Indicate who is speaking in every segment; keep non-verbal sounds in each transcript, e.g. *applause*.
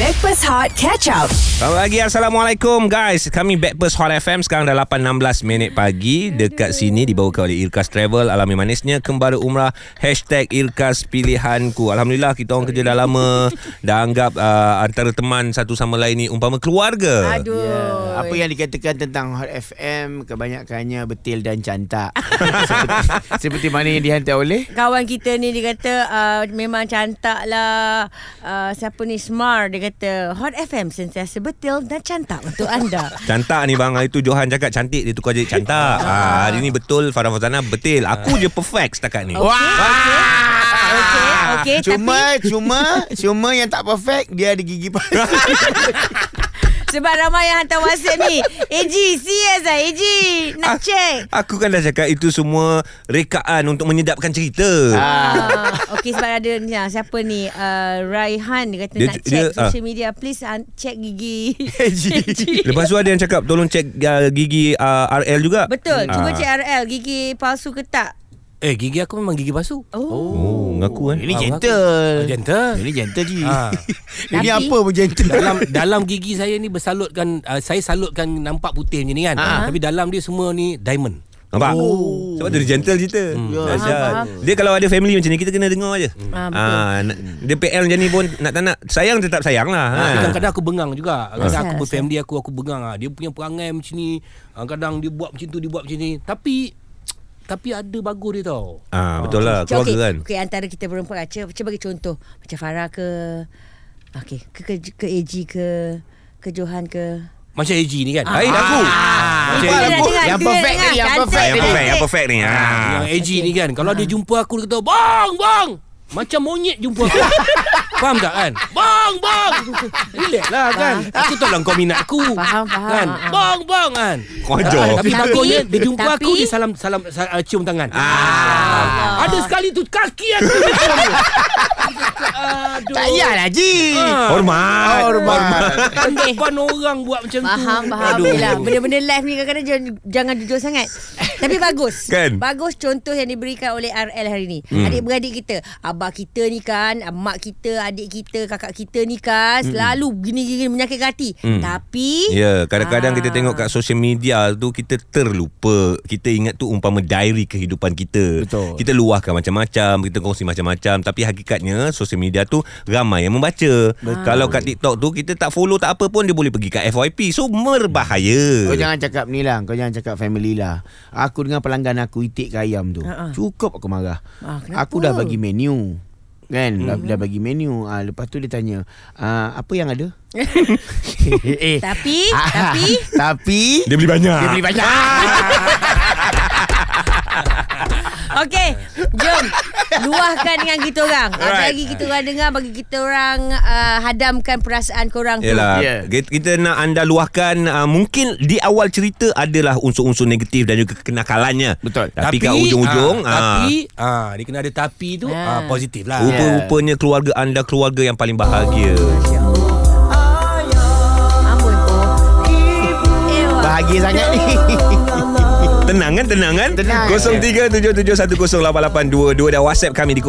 Speaker 1: Backpass Hot Catch Up.
Speaker 2: Selamat pagi Assalamualaikum guys Kami Backpast Hot FM Sekarang dah 8.16 minit pagi Dekat sini dibawakan oleh Irkas Travel Alami manisnya Kembali Umrah Hashtag Irkas Pilihanku Alhamdulillah kita orang kerja dah lama Dah anggap uh, antara teman satu sama lain ni Umpama keluarga
Speaker 3: Aduh.
Speaker 4: Ya, apa yang dikatakan tentang Hot FM kebanyakannya betil dan
Speaker 3: *laughs*
Speaker 4: cantak. seperti, seperti mana yang dihantar oleh
Speaker 3: Kawan kita ni dia kata uh, memang cantik lah. Uh, siapa ni Smar dia kata Hot FM sentiasa betul dan cantik untuk anda.
Speaker 2: Cantik ni bang Hari tu Johan cakap cantik Dia tukar jadi cantik ah, Hari ni betul Farah Fazana betul Aku je perfect setakat ni
Speaker 4: Wah.
Speaker 3: Okey, okey,
Speaker 4: Cuma cuma cuma yang tak perfect dia ada gigi
Speaker 3: *laughs*
Speaker 4: palsu.
Speaker 3: Sebab ramai yang hantar WhatsApp ni. AG, serius lah AG. Nak check.
Speaker 2: Aku kan dah cakap Itu semua rekaan Untuk menyedapkan cerita
Speaker 3: Ah, okey sebab ada ni lah, siapa ni uh, Raihan dia kata
Speaker 2: Dia-
Speaker 3: nak check
Speaker 2: dia- ah.
Speaker 3: social media please uh, check gigi.
Speaker 2: *laughs* Lepas tu ada yang cakap Tolong cek uh, gigi uh, RL juga
Speaker 3: *laughs* Betul, cuba
Speaker 2: Ah.
Speaker 3: check RL gigi palsu ke tak?
Speaker 5: Eh gigi aku memang gigi palsu
Speaker 3: Oh.
Speaker 2: Oh, ngaku kan
Speaker 4: Ini
Speaker 5: Ah,
Speaker 4: gentle.
Speaker 5: aku- gentle.
Speaker 4: Ini gentle je.
Speaker 5: Ah.
Speaker 4: Ini
Speaker 3: Tapi-
Speaker 4: apa pun gentle.
Speaker 5: dalam dalam gigi saya ni bersalutkan uh, saya salutkan nampak putih macam ni kan
Speaker 4: Ah.
Speaker 5: tapi dalam dia semua ni diamond
Speaker 2: Nampak? Oh. Sebab dia gentle cerita hmm.
Speaker 4: Ya.
Speaker 2: Dahsyat. Dia kalau ada family macam ni Kita kena dengar je
Speaker 3: Ah,
Speaker 2: hmm.
Speaker 3: betul.
Speaker 2: ah, nak- Dia PL macam ni pun Nak tak nak Sayang tetap sayang lah ha.
Speaker 5: Ah, Kadang-kadang aku bengang juga Kadang
Speaker 3: Asal,
Speaker 5: aku
Speaker 3: asal.
Speaker 5: berfamily aku Aku bengang lah Dia punya perangai macam ni Ah, Kadang dia buat macam tu Dia buat macam ni Tapi Tapi ada bagus dia tau
Speaker 2: ah, Betul lah
Speaker 3: Okey,
Speaker 2: Keluarga kan
Speaker 3: Okey antara kita perempuan lah. Cuba, cuba bagi contoh. Macam Farah ke okey ke ke, ke AG ke ke Johan ke.
Speaker 5: Macam AG ni kan
Speaker 2: Hai aku
Speaker 3: Dia
Speaker 4: Macam yang-
Speaker 3: dah dengar, dia
Speaker 4: yang
Speaker 3: dah
Speaker 4: perfect
Speaker 3: dengar.
Speaker 4: tadi, yang
Speaker 3: Cantik
Speaker 4: perfect
Speaker 2: Yang
Speaker 3: dia.
Speaker 2: perfect Yang perfect ni ha.
Speaker 5: Yang AG ni kan Kalau
Speaker 3: Ah.
Speaker 5: dia jumpa aku Dia kata Bang bang Macam monyet jumpa
Speaker 3: *laughs*
Speaker 5: aku Faham tak kan Bang bang Relax lah kan Aku tahu lah kau minat aku
Speaker 3: Ah. Faham, faham.
Speaker 5: kan?
Speaker 3: Ah, ah.
Speaker 5: Bang bang kan *laughs*
Speaker 2: Kocok.
Speaker 5: Ah, Tapi
Speaker 3: Tapi-
Speaker 5: bagusnya Dia jumpa aku
Speaker 3: tapi-
Speaker 5: Dia salam salam sa- ah, cium tangan
Speaker 3: Ah.
Speaker 5: Ada sekali tu Kaki aku dia cium dia. Aduh
Speaker 4: Tak payahlah Ji.
Speaker 3: Oh.
Speaker 5: Ah.
Speaker 2: Hormat
Speaker 4: Hormat.
Speaker 5: Depan orang buat macam tu
Speaker 3: Faham, faham. Bila benda-benda live ni kadang-kadang jangan, jangan jujur sangat. Tapi bagus.
Speaker 2: Kan?
Speaker 3: Bagus contoh yang diberikan oleh RL hari ni. Hmm. Adik-beradik kita. Abah kita ni kan, mak kita, adik kita, kakak kita ni kan. Selalu gini-gini menyakitkan hati.
Speaker 2: Hmm.
Speaker 3: Tapi...
Speaker 2: Ya, kadang-kadang
Speaker 3: Ah.
Speaker 2: kita tengok kat social media tu kita terlupa. Kita ingat tu umpama diary kehidupan kita.
Speaker 4: Betul.
Speaker 2: Kita luahkan macam-macam, kita kongsi macam-macam, tapi hakikatnya social media tu ramai yang membaca. Betul. Kalau kat TikTok tu kita tak follow tak apa pun dia boleh pergi kat FYP. So merbahaya.
Speaker 4: Kau jangan cakap ni lah Kau jangan cakap family lah Aku dengan pelanggan aku Itik ke ayam tu
Speaker 3: Ha-ha.
Speaker 4: Cukup aku marah
Speaker 3: Ha, Ah, kenapa?
Speaker 4: Aku dah bagi menu Kan hmm. dah, dah bagi menu ah, Lepas tu dia tanya ah, Apa yang
Speaker 3: *laughs*
Speaker 4: ada? eh,
Speaker 3: Tapi-
Speaker 4: Ah,
Speaker 3: tapi-
Speaker 4: Tapi
Speaker 2: Dia Ah. beli banyak.
Speaker 4: Dia beli banyak
Speaker 3: Okey, jom luahkan dengan kita orang. Right.
Speaker 2: Alright.
Speaker 3: Bagi kita orang dengar, bagi kita orang uh, hadamkan perasaan korang tu.
Speaker 2: Yalah,
Speaker 4: Yeah.
Speaker 2: yeah. kita nak anda luahkan uh, mungkin di awal cerita adalah unsur-unsur negatif dan juga kenakalannya.
Speaker 4: Betul.
Speaker 2: Tapi, kat ujung-ujung
Speaker 5: ah, Tapi ah, Dia kena ada tapi tu ah, Positif lah
Speaker 2: rupa-rupanya keluarga anda keluarga yang paling bahagia.
Speaker 3: Amboi. Ewa.
Speaker 4: *laughs* Bahagia sangat
Speaker 2: *laughs*
Speaker 4: ni
Speaker 2: Tenang kan tenang kan
Speaker 4: Tenang.
Speaker 2: 0377108822 Dan whatsapp kami di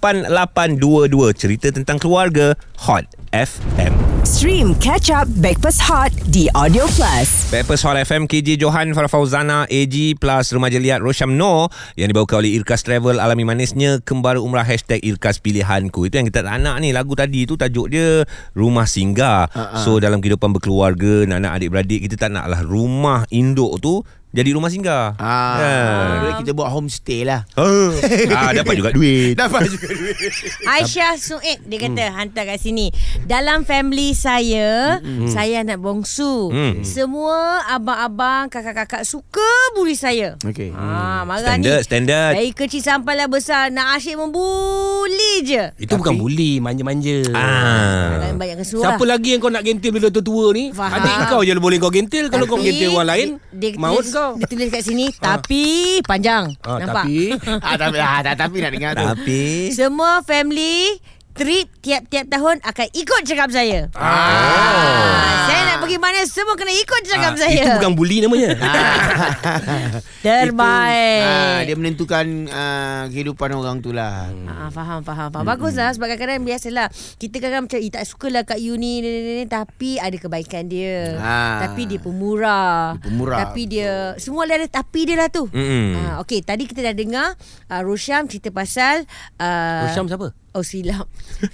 Speaker 2: 0173028822 Cerita tentang keluarga Hot FM
Speaker 1: Stream Catch Up Backpass Hot di Audio Plus.
Speaker 2: Peppers Hot FM KJ Johan Farah Fauzana AG Plus Remaja Liat Rosyam Noor Yang dibawakan oleh Irkas Travel Alami Manisnya Kembara Umrah Hashtag Irkas Pilihanku Itu yang kita tak nak ni Lagu tadi tu tajuk dia Rumah Singgah uh-uh. So dalam kehidupan berkeluarga Anak-anak adik-beradik Kita tak nak lah Rumah induk tu jadi rumah singgah
Speaker 4: ah,
Speaker 2: Kan?
Speaker 4: boleh Kita buat homestay lah
Speaker 2: Oh. ah dapat juga duit.
Speaker 4: Dapat juga
Speaker 2: *laughs*
Speaker 4: duit
Speaker 3: Aisyah Suib dia kata hmm. hantar kat sini. Dalam family saya, hmm. saya anak bongsu. Hmm. Semua abang-abang, kakak-kakak suka bully saya.
Speaker 4: Okey.
Speaker 3: Ah, marah
Speaker 2: Standard,
Speaker 3: ni.
Speaker 2: standard.
Speaker 3: Dari kecil sampailah besar nak asyik membuli je.
Speaker 5: Itu bukan bully Manja-manja
Speaker 2: Ah.
Speaker 3: Banyak kesuruh
Speaker 5: Siapa
Speaker 3: lah.
Speaker 5: lagi yang kau nak gentil bila tua-tua ni?
Speaker 3: Faham.
Speaker 5: Adik kau je boleh kau gentil. Kalau kau
Speaker 3: Tapi,
Speaker 5: gentil orang lain,
Speaker 3: dia, dia
Speaker 5: maut
Speaker 3: tulis,
Speaker 5: kau.
Speaker 3: Dia tulis kat sini tapi panjang.
Speaker 5: Ah,
Speaker 3: Nampak?
Speaker 5: tapi
Speaker 4: ah, tapi, ah, tapi nak dengar tu
Speaker 2: Tapi
Speaker 3: Semua family Trip tiap-tiap tahun akan ikut cakap saya. Ah. Saya nak pergi mana semua kena ikut *laughs* cakap
Speaker 5: Ah,
Speaker 3: saya. Ah.
Speaker 5: Itu bukan bully
Speaker 3: *laughs*
Speaker 5: namanya.
Speaker 4: *laughs*
Speaker 3: Terbaik.
Speaker 4: Ah, dia menentukan ah, kehidupan orang tu lah.
Speaker 3: Ah, faham, faham, faham. Bagus lah sebab kadang-kadang biasalah. Kita kadang-kadang macam, eh tak sukalah kat uni ni, ni, ni, ni. Tapi ada kebaikan dia.
Speaker 4: Ah.
Speaker 3: Tapi dia pemurah.
Speaker 4: Dia pemurah.
Speaker 3: Tapi dia, semua dia ada tapi dia lah tu.
Speaker 2: Mm-mm.
Speaker 3: Ah, okay, tadi kita dah dengar uh, Rosyam cerita pasal... Uh,
Speaker 5: Rosyam siapa?
Speaker 3: Oh silap.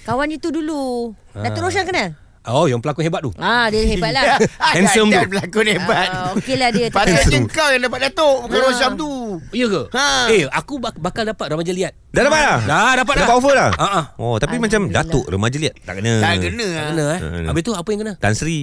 Speaker 3: Kawan itu dulu. Datuk Rosyam kenal?
Speaker 5: Oh, yang pelakon hebat tu.
Speaker 3: Ah, dia hebat
Speaker 4: *laughs*
Speaker 3: lah.
Speaker 5: Handsome
Speaker 4: Ada-
Speaker 5: tu.
Speaker 4: ada Pelakon hebat.
Speaker 3: Ah, okeylah dia.
Speaker 4: *laughs* Patutnya kau yang dapat Datuk Bukan
Speaker 3: Ah.
Speaker 4: Rosyam tu
Speaker 5: Ya ke?
Speaker 4: Ha.
Speaker 5: Eh, aku bak- bakal dapat remaja liat.
Speaker 2: Dah dapat dah?
Speaker 5: Dah dapat dah.
Speaker 2: Dapat offer dah?
Speaker 5: Ha, ha.
Speaker 2: Oh, tapi macam
Speaker 3: Alhamdulillah.
Speaker 2: Datuk remaja liat. Tak kena.
Speaker 4: Tak kena lah.
Speaker 5: Kena eh.
Speaker 2: Hmm.
Speaker 5: Habis tu apa yang kena?
Speaker 2: Tan Sri.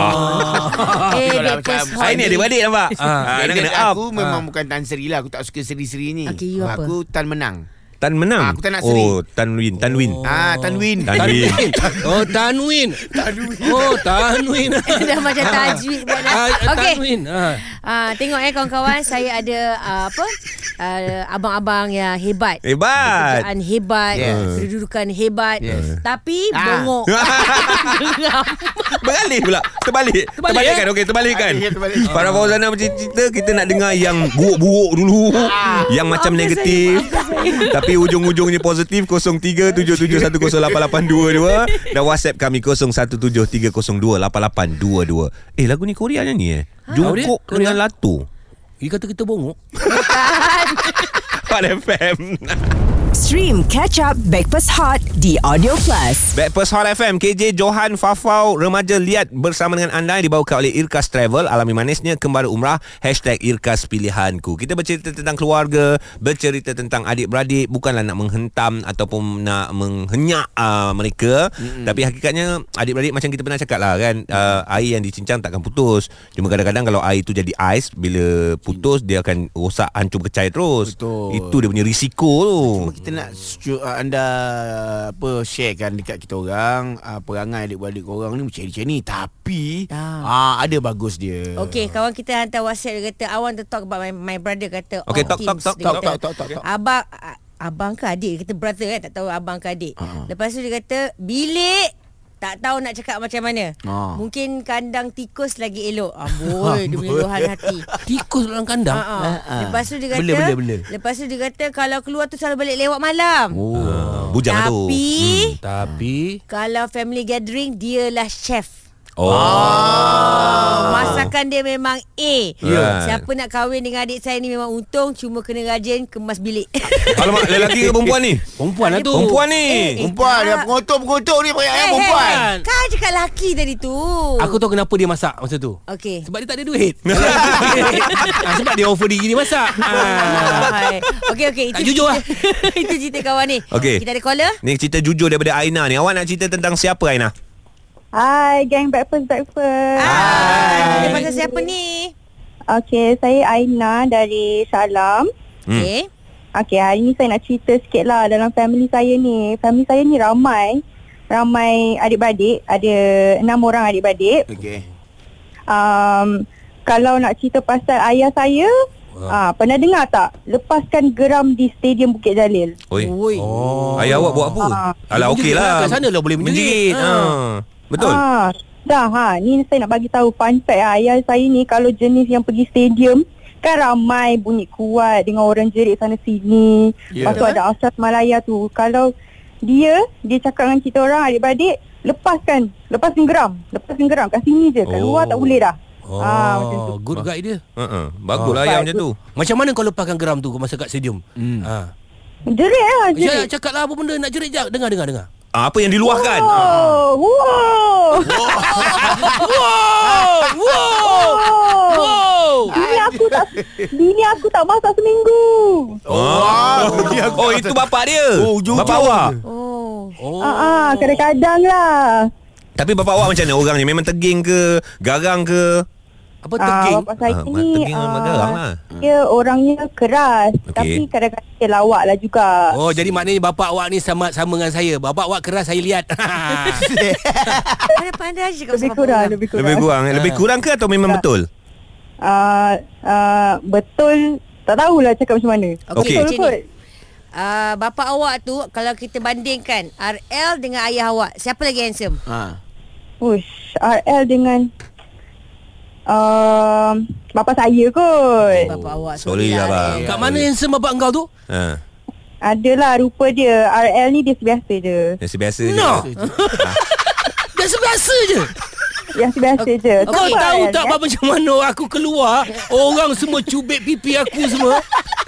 Speaker 3: Eh,
Speaker 4: Betul lah,
Speaker 3: Backpast
Speaker 4: macam-
Speaker 2: Ah,
Speaker 3: Hot
Speaker 2: ini
Speaker 3: ni.
Speaker 2: adik-adik nampak. Ah, nak
Speaker 4: Kena
Speaker 2: kena up.
Speaker 4: Aku memang bukan Tan Seri lah Aku tak suka seri-seri ni
Speaker 3: Okey, you apa?
Speaker 4: Aku Tan Menang
Speaker 2: Tan menang.
Speaker 4: Ah, aku tak nak Sri.
Speaker 2: Oh, Tan Win, Tan Win.
Speaker 4: Ah, Tan Win
Speaker 2: Tan Win.
Speaker 5: *laughs* Oh, Tanwin. Tanwin. Oh,
Speaker 3: *laughs*
Speaker 5: Tanwin.
Speaker 3: *laughs* Dah macam tajwid buat dah.
Speaker 5: Ah,
Speaker 3: Okey.
Speaker 5: Tanwin. Ah.
Speaker 3: Ah, tengok eh kawan-kawan saya ada ah, apa? Ah, abang-abang yang hebat.
Speaker 2: Hebat.
Speaker 3: Kerjaan hebat,
Speaker 4: Yes.
Speaker 3: kedudukan hebat.
Speaker 4: Yes.
Speaker 3: Tapi
Speaker 4: Ah.
Speaker 3: bongok. Geram.
Speaker 2: *laughs* Beralih pula Terbalik
Speaker 5: Terbalik,
Speaker 2: Terbalikkan
Speaker 3: eh?
Speaker 2: Okey terbalikkan
Speaker 4: Ah, Ah. ya, terbalik.
Speaker 2: Para Fauzana macam cerita Kita nak dengar yang Buruk-buruk dulu Yang macam
Speaker 3: Maafkan
Speaker 2: negatif Tapi ujung-ujungnya positif 0377108822 Dan whatsapp kami 0173028822 Eh lagu ni Korea nyanyi eh Jungkook
Speaker 5: Oh, dia?
Speaker 2: dengan Latu
Speaker 5: Dia kata kita bongok.
Speaker 2: Hot FM
Speaker 1: Stream Catch Up Backpass Hot The Audio Plus.
Speaker 2: Backpast Hot FM KJ Johan Fafau Remaja Liat Bersama dengan anda yang Dibawakan oleh Irkas Travel Alami manisnya Kembali Umrah Hashtag Irkas Pilihanku Kita bercerita tentang keluarga Bercerita tentang adik-beradik Bukanlah nak menghentam Ataupun nak menghenyak uh, mereka mm-hmm. Tapi hakikatnya Adik-beradik macam kita pernah cakap lah kan uh, Air yang dicincang takkan putus Cuma kadang-kadang kalau air tu jadi ais Bila putus Dia akan rosak hancur berkecai terus
Speaker 4: Betul.
Speaker 2: Itu dia punya risiko tu
Speaker 4: Cuma kita nak secu- ah, anda apa sharekan dekat kita orang ah, perangai adik-beradik korang ni macam-macam ni tapi
Speaker 3: Ya.
Speaker 4: ah. ada bagus dia.
Speaker 3: Okay, kawan kita hantar WhatsApp dia kata I want to talk about my, my brother kata.
Speaker 2: Okay,
Speaker 3: all
Speaker 2: talk, talk,
Speaker 3: teams.
Speaker 2: talk,
Speaker 3: Dia
Speaker 2: talk,
Speaker 3: kata,
Speaker 4: talk, talk, talk, talk.
Speaker 3: Abang a- abang ke adik? Dia kata brother kan tak tahu abang ke adik.
Speaker 4: Ah.
Speaker 3: Lepas tu dia kata bilik tak tahu nak cakap macam mana.
Speaker 4: Ah.
Speaker 3: Mungkin kandang tikus lagi elok. Amboi, dia
Speaker 4: *laughs*
Speaker 3: punya luahan hati.
Speaker 5: Tikus dalam kandang.
Speaker 3: Ah, ah.
Speaker 4: ah.
Speaker 3: Lepas tu dia kata
Speaker 4: Bela, bela, bela.
Speaker 3: Lepas tu dia kata Kalau keluar tu selalu balik lewat malam
Speaker 4: Oh. Hmm.
Speaker 2: Bujang lah tu
Speaker 3: Tapi
Speaker 5: Tapi
Speaker 3: Kalau family gathering Dialah chef Ah,
Speaker 2: Oh.
Speaker 3: Masakan dia memang A
Speaker 2: Ya.
Speaker 3: Siapa nak kahwin dengan adik saya ni Memang untung Cuma kena rajin Kemas bilik
Speaker 2: Alamak, lelaki ke perempuan ni?
Speaker 5: perempuan lah tu.
Speaker 2: Perempuan ni.
Speaker 3: Eh, eh.
Speaker 4: Perempuan dia pengotor-pengotor ni banyak hey,
Speaker 3: *laughs*
Speaker 4: perempuan.
Speaker 5: hey.
Speaker 3: Kau cakap laki tadi tu
Speaker 5: Aku tahu kenapa dia masak masa tu.
Speaker 3: Okay
Speaker 5: Sebab dia tak ada *laughs* duit. ah, sebab dia offer diri dia masak. Ah.
Speaker 3: Okay okay
Speaker 5: Tak jujur lah.
Speaker 3: *laughs* Itu cerita kawan ni
Speaker 2: Okey.
Speaker 3: Kita ada caller
Speaker 2: Ni cerita jujur daripada Aina ni. Awak nak cerita tentang siapa Aina?
Speaker 6: Hai, geng breakfast breakfast.
Speaker 3: Hai Dia pasal siapa ni
Speaker 6: Okey, saya Aina dari Shah Alam.
Speaker 2: Hmm.
Speaker 3: Okay
Speaker 6: Okey, hari ni saya nak cerita sikit lah dalam family saya ni. Family saya ni ramai. Ramai adik-beradik. Ada enam orang adik-beradik.
Speaker 4: Okey.
Speaker 6: Um, kalau nak cerita pasal ayah saya, ah, pernah dengar tak? Lepaskan geram di Stadium Bukit Jalil.
Speaker 2: Oi.
Speaker 3: Oi.
Speaker 2: Oh. Ayah awak buat apa?
Speaker 6: Ah.
Speaker 2: Alah okey
Speaker 5: Menjerit lah.
Speaker 2: lah.
Speaker 5: Kat sana lah boleh
Speaker 2: Menjerit.
Speaker 5: menjerit.
Speaker 2: Ha. Betul.
Speaker 6: Ah, dah ha, ni saya nak bagi tahu fun fact ah, ayah saya ni kalau jenis yang pergi stadium kan ramai bunyi kuat dengan orang jerit sana sini.
Speaker 4: Ya.
Speaker 6: Yeah. Lepas tu ada asas Malaya tu. Kalau dia dia cakap dengan kita orang adik-beradik lepaskan, lepaskan geram, lepaskan geram kat sini je, kat
Speaker 2: Oh.
Speaker 6: luar tak boleh dah.
Speaker 5: Oh,
Speaker 6: Ah, macam tu.
Speaker 5: good guide dia.
Speaker 2: Ha. ha. Baguslah
Speaker 6: Ah.
Speaker 2: ayah macam tu.
Speaker 5: Macam mana kau lepaskan geram tu masa kat stadium? Hmm. Ha.
Speaker 6: Jerit lah
Speaker 5: Ya,
Speaker 6: jerit.
Speaker 5: cakap lah apa benda nak jerit je. Dengar, dengar, dengar.
Speaker 2: Ah, apa yang diluahkan?
Speaker 6: Oh,
Speaker 5: Wow!
Speaker 6: wow.
Speaker 5: Wow!
Speaker 6: wow.
Speaker 5: Wow!
Speaker 6: Oh. Bini aku tak bini aku tak masak seminggu.
Speaker 2: Oh, oh itu bapak dia.
Speaker 4: Oh, jujur.
Speaker 2: Bapak awak.
Speaker 3: Oh
Speaker 5: Oh.
Speaker 6: Ah, ah, kadang-kadang lah.
Speaker 2: Tapi bapak awak macam mana orangnya? Memang teging ke? Garang ke?
Speaker 5: Apa teking?
Speaker 6: Ah, bapak saya
Speaker 2: Ah,
Speaker 6: ni
Speaker 2: teging dengan mak garang lah.
Speaker 6: Dia orangnya keras
Speaker 2: Okey.
Speaker 6: okay. Tapi kadang-kadang dia lawak lah juga oh.
Speaker 5: Oh, jadi maknanya bapak awak ni sama sama dengan saya. Bapak awak keras saya lihat. *laughs*
Speaker 3: Pandai-pandai je cakap
Speaker 6: Lebih
Speaker 3: pasal
Speaker 6: kurang
Speaker 3: orang.
Speaker 6: Lebih kurang
Speaker 2: Lebih kurang. eh? Lebih kurang ke atau memang betul?
Speaker 6: Ah, ah, Betul Tak tahulah cakap macam mana
Speaker 2: Okey.
Speaker 6: Betul kot
Speaker 3: uh, bapa awak tu kalau kita bandingkan RL dengan ayah awak, siapa lagi handsome?
Speaker 4: Ha.
Speaker 6: Ush, RL dengan um, bapa saya kot.
Speaker 3: Bapa awak.
Speaker 2: Sorry lah bang.
Speaker 5: Kat mana handsome bapak engkau tu?
Speaker 2: Ha.
Speaker 6: Adalah rupa dia. RL ni dia biasa je.
Speaker 2: Yang biasa je.
Speaker 5: No. Biasa-biasa je.
Speaker 6: Yang biasa je.
Speaker 5: Kau
Speaker 6: Siapa
Speaker 5: tahu
Speaker 6: RL
Speaker 3: eh?
Speaker 5: tak
Speaker 6: kan?
Speaker 5: apa macam mana aku keluar Orang semua cubit pipi aku semua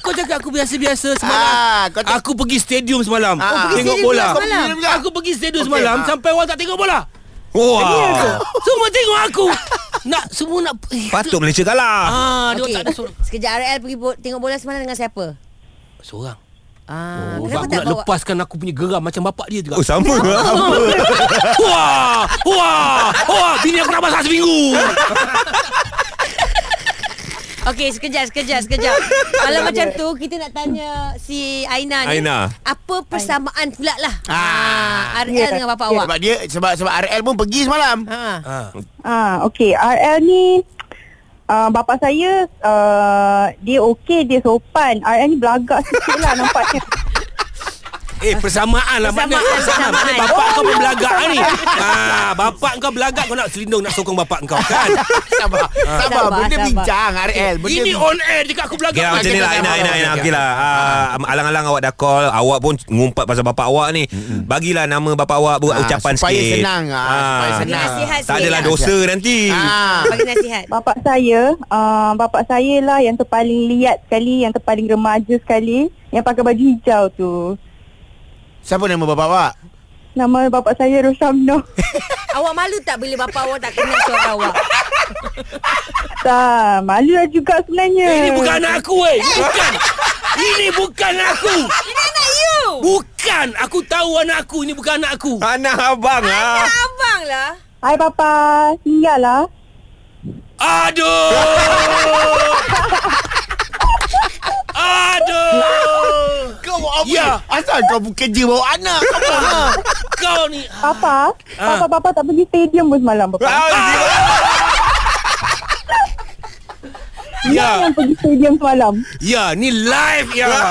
Speaker 5: Kau cakap aku biasa-biasa semalam
Speaker 4: Ah, *laughs* kau tak
Speaker 5: Aku pergi stadium semalam
Speaker 4: Oh, pergi
Speaker 5: Tengok
Speaker 3: stadium
Speaker 5: bola
Speaker 3: semalam.
Speaker 4: Kau pergi juga?
Speaker 5: Aku pergi stadium
Speaker 4: Okey,
Speaker 5: semalam
Speaker 4: ah.
Speaker 5: Sampai orang tak tengok bola
Speaker 2: Wah.
Speaker 5: Semua tengok aku Nak semua nak eh,
Speaker 2: Patut Malaysia kalah.
Speaker 5: Ah,
Speaker 3: Okey.
Speaker 5: dia orang tak ada seorang
Speaker 3: Sekejap RL pergi bo- tengok bola semalam dengan siapa?
Speaker 5: Seorang
Speaker 3: Ah,
Speaker 5: oh,
Speaker 3: kenapa
Speaker 5: Aku
Speaker 3: tak
Speaker 5: nak
Speaker 3: bawa?
Speaker 5: lepaskan aku punya geram Macam bapak dia juga
Speaker 2: Oh sama Apa
Speaker 5: Wah Wah Wah Bini aku nak masak seminggu
Speaker 3: Okey, sekejap, sekejap, *laughs* sekejap. Kalau macam tu, kita nak tanya si Aina ni.
Speaker 2: Aina.
Speaker 3: Apa persamaan pula lah
Speaker 4: Ah.
Speaker 3: ah, RL
Speaker 6: Ya,
Speaker 3: dengan bapa
Speaker 6: ya.
Speaker 3: awak?
Speaker 4: sebab dia sebab sebab RL pun pergi semalam.
Speaker 3: Ha.
Speaker 6: Ah, okey. RL ni uh, bapa saya uh, dia okey, dia sopan. RL ni belagak sikit lah nampaknya.
Speaker 5: *laughs* Eh persamaan lah
Speaker 3: Persamaan,
Speaker 5: Maknanya persamaan
Speaker 3: persamaan.
Speaker 5: Maknanya bapak kau pun belagak lah ni ha, Bapak kau belagak Kau nak selindung Nak sokong bapak kau kan
Speaker 4: *laughs* Sabar. Sabar,
Speaker 3: Sabar,
Speaker 4: benda
Speaker 3: sabar.
Speaker 4: bincang RL. Benda
Speaker 5: Ini on air Cakap aku belagak
Speaker 2: Okay lah macam ni lah Aina Aina Aina
Speaker 4: okey,
Speaker 2: Okey lah Ah, Alang-alang awak dah call Awak pun ngumpat pasal bapak awak ni Bagilah nama bapak awak Buat
Speaker 4: Ah,
Speaker 2: ucapan
Speaker 4: supaya
Speaker 2: sikit
Speaker 4: senang, ah,
Speaker 2: Ah,
Speaker 4: supaya
Speaker 3: Bagi
Speaker 4: senang.
Speaker 3: nasihat
Speaker 2: Tak
Speaker 3: sikit
Speaker 2: adalah
Speaker 3: lah.
Speaker 2: dosa nanti
Speaker 4: Ah.
Speaker 3: Bagi nasihat.
Speaker 6: Bapak saya, uh, bapak saya lah yang terpaling liat sekali, yang terpaling remaja sekali, yang pakai baju hijau tu.
Speaker 4: Siapa nama bapak awak?
Speaker 6: Nama bapak
Speaker 5: *laughs*
Speaker 6: saya Rosamno.
Speaker 3: Awak malu tak bila bapa awak tak kenal suara *laughs* awak?
Speaker 6: tak, malu lah juga sebenarnya.
Speaker 5: Eh, Ini bukan anak aku weh Bukan Ini bukan aku
Speaker 3: Ini anak you.
Speaker 5: Bukan Aku tahu anak aku Ini bukan anak aku
Speaker 2: Anak abang lah
Speaker 3: Abang lah.
Speaker 6: Hai Papa, tinggal lah.
Speaker 5: Aduh Aduh
Speaker 4: Kau buat apa?
Speaker 5: Ya.
Speaker 4: ni? Asal kau kerja bawa anak? ha. Kau bawa.
Speaker 5: Kau ni
Speaker 6: Papa,
Speaker 5: Ah.
Speaker 6: Papa-Papa tak pergi stadium pun semalam Papa.
Speaker 2: Ah,
Speaker 5: Ya
Speaker 6: Yang pergi stadium semalam.
Speaker 5: Ya Ni live ya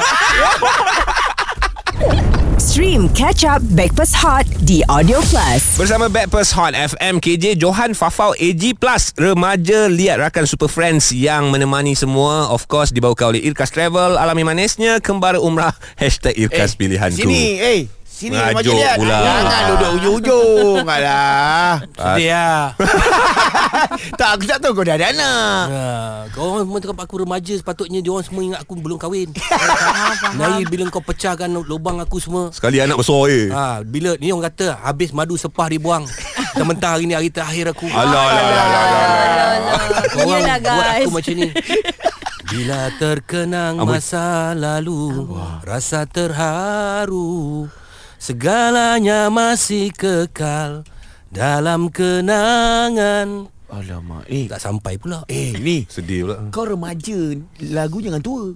Speaker 1: Stream Catch Up Backpass Hot di Audio Plus.
Speaker 2: Bersama Backpast Hot FM KJ Johan Fafau AG Plus Remaja liat rakan Super Friends Yang menemani semua Of course dibawakan oleh Irkas Travel Alami manisnya Kembara Umrah *laughs* Hashtag Irkas Pilihanku
Speaker 4: Sini, eh. Sini
Speaker 2: Ngajuk
Speaker 4: Maju lihat.
Speaker 2: pula. Ah.
Speaker 4: Jangan duduk ujung-ujung. Alah.
Speaker 5: Sedih
Speaker 2: ya.
Speaker 5: lah
Speaker 4: tak, aku tak tahu kau dah ada anak.
Speaker 5: Ha, kau orang semua cakap aku remaja sepatutnya dia orang semua ingat aku belum
Speaker 3: *laughs*
Speaker 5: kahwin. Nari bila kau pecahkan lubang aku semua.
Speaker 2: Sekali anak besar eh
Speaker 5: Ha, bila ni orang kata habis madu sepah
Speaker 3: *laughs*
Speaker 5: dibuang. Sementara hari ni hari terakhir aku. Ah,
Speaker 2: Alah, alah, alah, alah, alah.
Speaker 5: Kau orang
Speaker 3: Yelah
Speaker 5: buat
Speaker 3: guys.
Speaker 5: aku macam
Speaker 3: *laughs*
Speaker 5: ni. Bila terkenang
Speaker 2: Amboi.
Speaker 5: masa lalu, rasa terharu. Segalanya masih kekal dalam kenangan.
Speaker 4: Alamak. Eh,
Speaker 5: Tak sampai pula.
Speaker 4: eh ni.
Speaker 2: Sedih pula
Speaker 4: Kau remaja. Lagu jangan tua.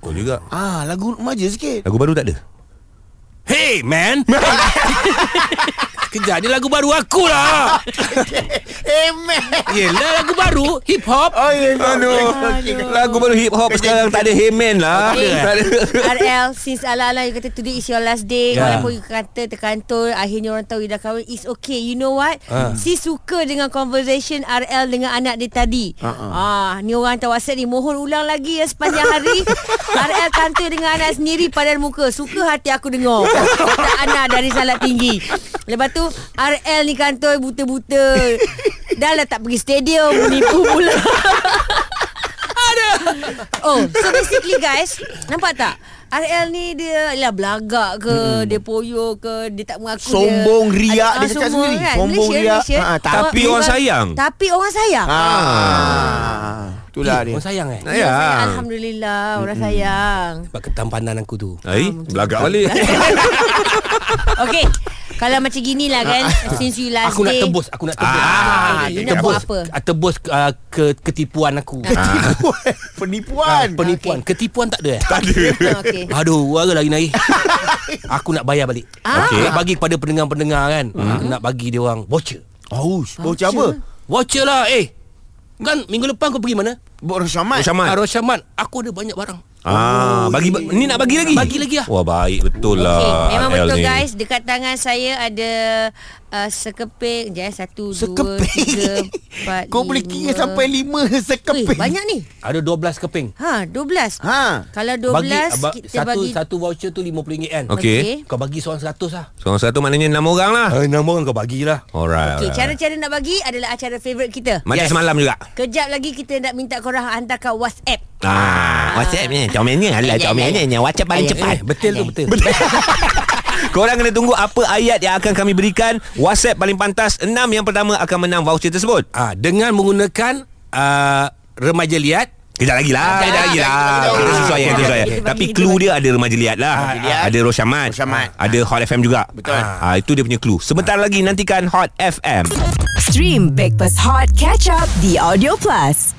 Speaker 2: Kau juga
Speaker 4: Ah, lagu remaja sikit.
Speaker 2: Lagu baru tak ada?
Speaker 5: Hey *laughs* man Kejap ni lagu baru aku lah
Speaker 4: Eh, man.
Speaker 5: Yelah lagu baru Hip hop
Speaker 4: Oh, ya. *laughs*
Speaker 2: Aduh, lagu baru hip hop sekarang tak ada Heyman lah.
Speaker 3: Okay.
Speaker 2: Tak ada.
Speaker 3: RL Since ala-ala You kata today is your last day
Speaker 5: Ya.
Speaker 3: yeah. Walaupun you kata terkantor Akhirnya orang tahu You dah kahwin It's okay You know what uh.
Speaker 5: Ah.
Speaker 3: Si suka dengan conversation RL Dengan anak dia tadi
Speaker 4: Ah,
Speaker 3: ah, Ni orang hantar whatsapp ni Mohon ulang lagi ya Sepanjang hari RL kantor dengan anak sendiri Padan muka Suka hati aku dengar Kata anak dari salat tinggi Lepas tu RL ni kantor Buta-buta Dah lah tak pergi stadium Menipu pula Oh, so basically guys, nampak tak? RL ni dia ialah belagak ke, hmm. dia poyo ke, dia tak mengaku
Speaker 4: Sombong,
Speaker 3: dia.
Speaker 4: riak,
Speaker 3: Ah,
Speaker 4: dia cakap
Speaker 3: sombong
Speaker 4: sendiri. Sombong,
Speaker 3: Malaysia,
Speaker 4: riak.
Speaker 3: Malaysia.
Speaker 4: Ah, ah,
Speaker 2: tapi
Speaker 3: Orang-
Speaker 2: orang sayang.
Speaker 3: Tapi orang sayang. Ah.
Speaker 4: Ah. Itulah dia.
Speaker 5: Orang sayang eh
Speaker 3: Ya.
Speaker 2: Ya.
Speaker 3: Sayang, Alhamdulillah orang sayang.
Speaker 5: Sebab ketampanan aku tu
Speaker 2: Ai, belagak balik.
Speaker 3: Okay. Kalau macam ginilah
Speaker 4: Ah,
Speaker 3: kan Since you last
Speaker 5: Aku nak
Speaker 3: day
Speaker 5: tebus Aku nak tebus
Speaker 2: Ah,
Speaker 3: you nak buat apa?
Speaker 5: Ah, Tebus ah, ke ketipuan aku
Speaker 4: Penipuan.
Speaker 5: Ah,
Speaker 4: *laughs* Penipuan.
Speaker 5: *laughs* Penipuan Ketipuan tak ada eh
Speaker 2: tak ada.
Speaker 4: *laughs*
Speaker 3: okay.
Speaker 5: Aduh, wara lagi nari. aku nak bayar balik.
Speaker 3: Ah.
Speaker 5: Nak bagi kepada pendengar-pendengar kan. Aku nak bagi dia orang voucher.
Speaker 4: Oh, bocah apa?
Speaker 5: Voucher lah eh. Kan minggu lepas kau pergi mana?
Speaker 4: Bok Rosyamat.
Speaker 2: Syamat.
Speaker 5: Arwah Syaman. Aku ada banyak barang.
Speaker 2: Ah, bagi ni nak bagi lagi.
Speaker 5: Bagi lagi lah.
Speaker 2: Wah, baik betul lah.
Speaker 3: Okay, memang
Speaker 2: RL
Speaker 3: betul
Speaker 2: ni.
Speaker 3: guys. Dekat tangan saya ada uh, sekeping. Sekejap eh. Satu, dua, tiga, empat,
Speaker 4: *laughs* Kau boleh kira sampai lima
Speaker 3: Weh,
Speaker 4: sekeping.
Speaker 3: Eh, banyak ni.
Speaker 5: Ada 12 keping.
Speaker 3: Ha, 12. Ha?
Speaker 4: Ha.
Speaker 3: Kalau 12 bagi,
Speaker 5: Bagi, abang,
Speaker 3: kita
Speaker 5: satu,
Speaker 3: bagi
Speaker 5: satu voucher tu RM50 kan?
Speaker 2: Okey.
Speaker 5: Kau bagi seorang 100 lah.
Speaker 2: Seorang satu maknanya enam orang lah.
Speaker 5: Eh, nama orang kau bagilah.
Speaker 2: Alright.
Speaker 3: Okey,
Speaker 2: alright.
Speaker 3: cara-cara nak bagi adalah acara favorite kita.
Speaker 2: Macam
Speaker 5: Yes.
Speaker 2: semalam juga.
Speaker 3: Kejap lagi kita nak minta korang hantar kat WhatsApp.
Speaker 2: Ah, WhatsApp ni, comel ni, alah comel ni, WhatsApp paling cepat.
Speaker 5: Eh, betul tu betul.
Speaker 2: *laughs* Korang kena tunggu apa ayat yang akan kami berikan. WhatsApp paling pantas 6 yang pertama akan menang voucher tersebut.
Speaker 5: Ah, dengan menggunakan uh, remaja liat
Speaker 2: Kejap lagi lah Kejap lagi lah Kita sesuai yang
Speaker 3: Kita
Speaker 2: sesuai
Speaker 3: bagi, kita
Speaker 2: ya. Tapi
Speaker 3: bagi,
Speaker 2: clue
Speaker 3: kita
Speaker 2: dia ada remaja liat lah
Speaker 4: liat.
Speaker 2: Ada Roshamat
Speaker 4: Roshamat.
Speaker 2: Ada Hot FM juga
Speaker 4: Betul.
Speaker 2: Ah, Itu dia punya clue Sebentar lagi nantikan Hot FM
Speaker 1: Stream Breakfast Hot Catch Up The Audio Plus.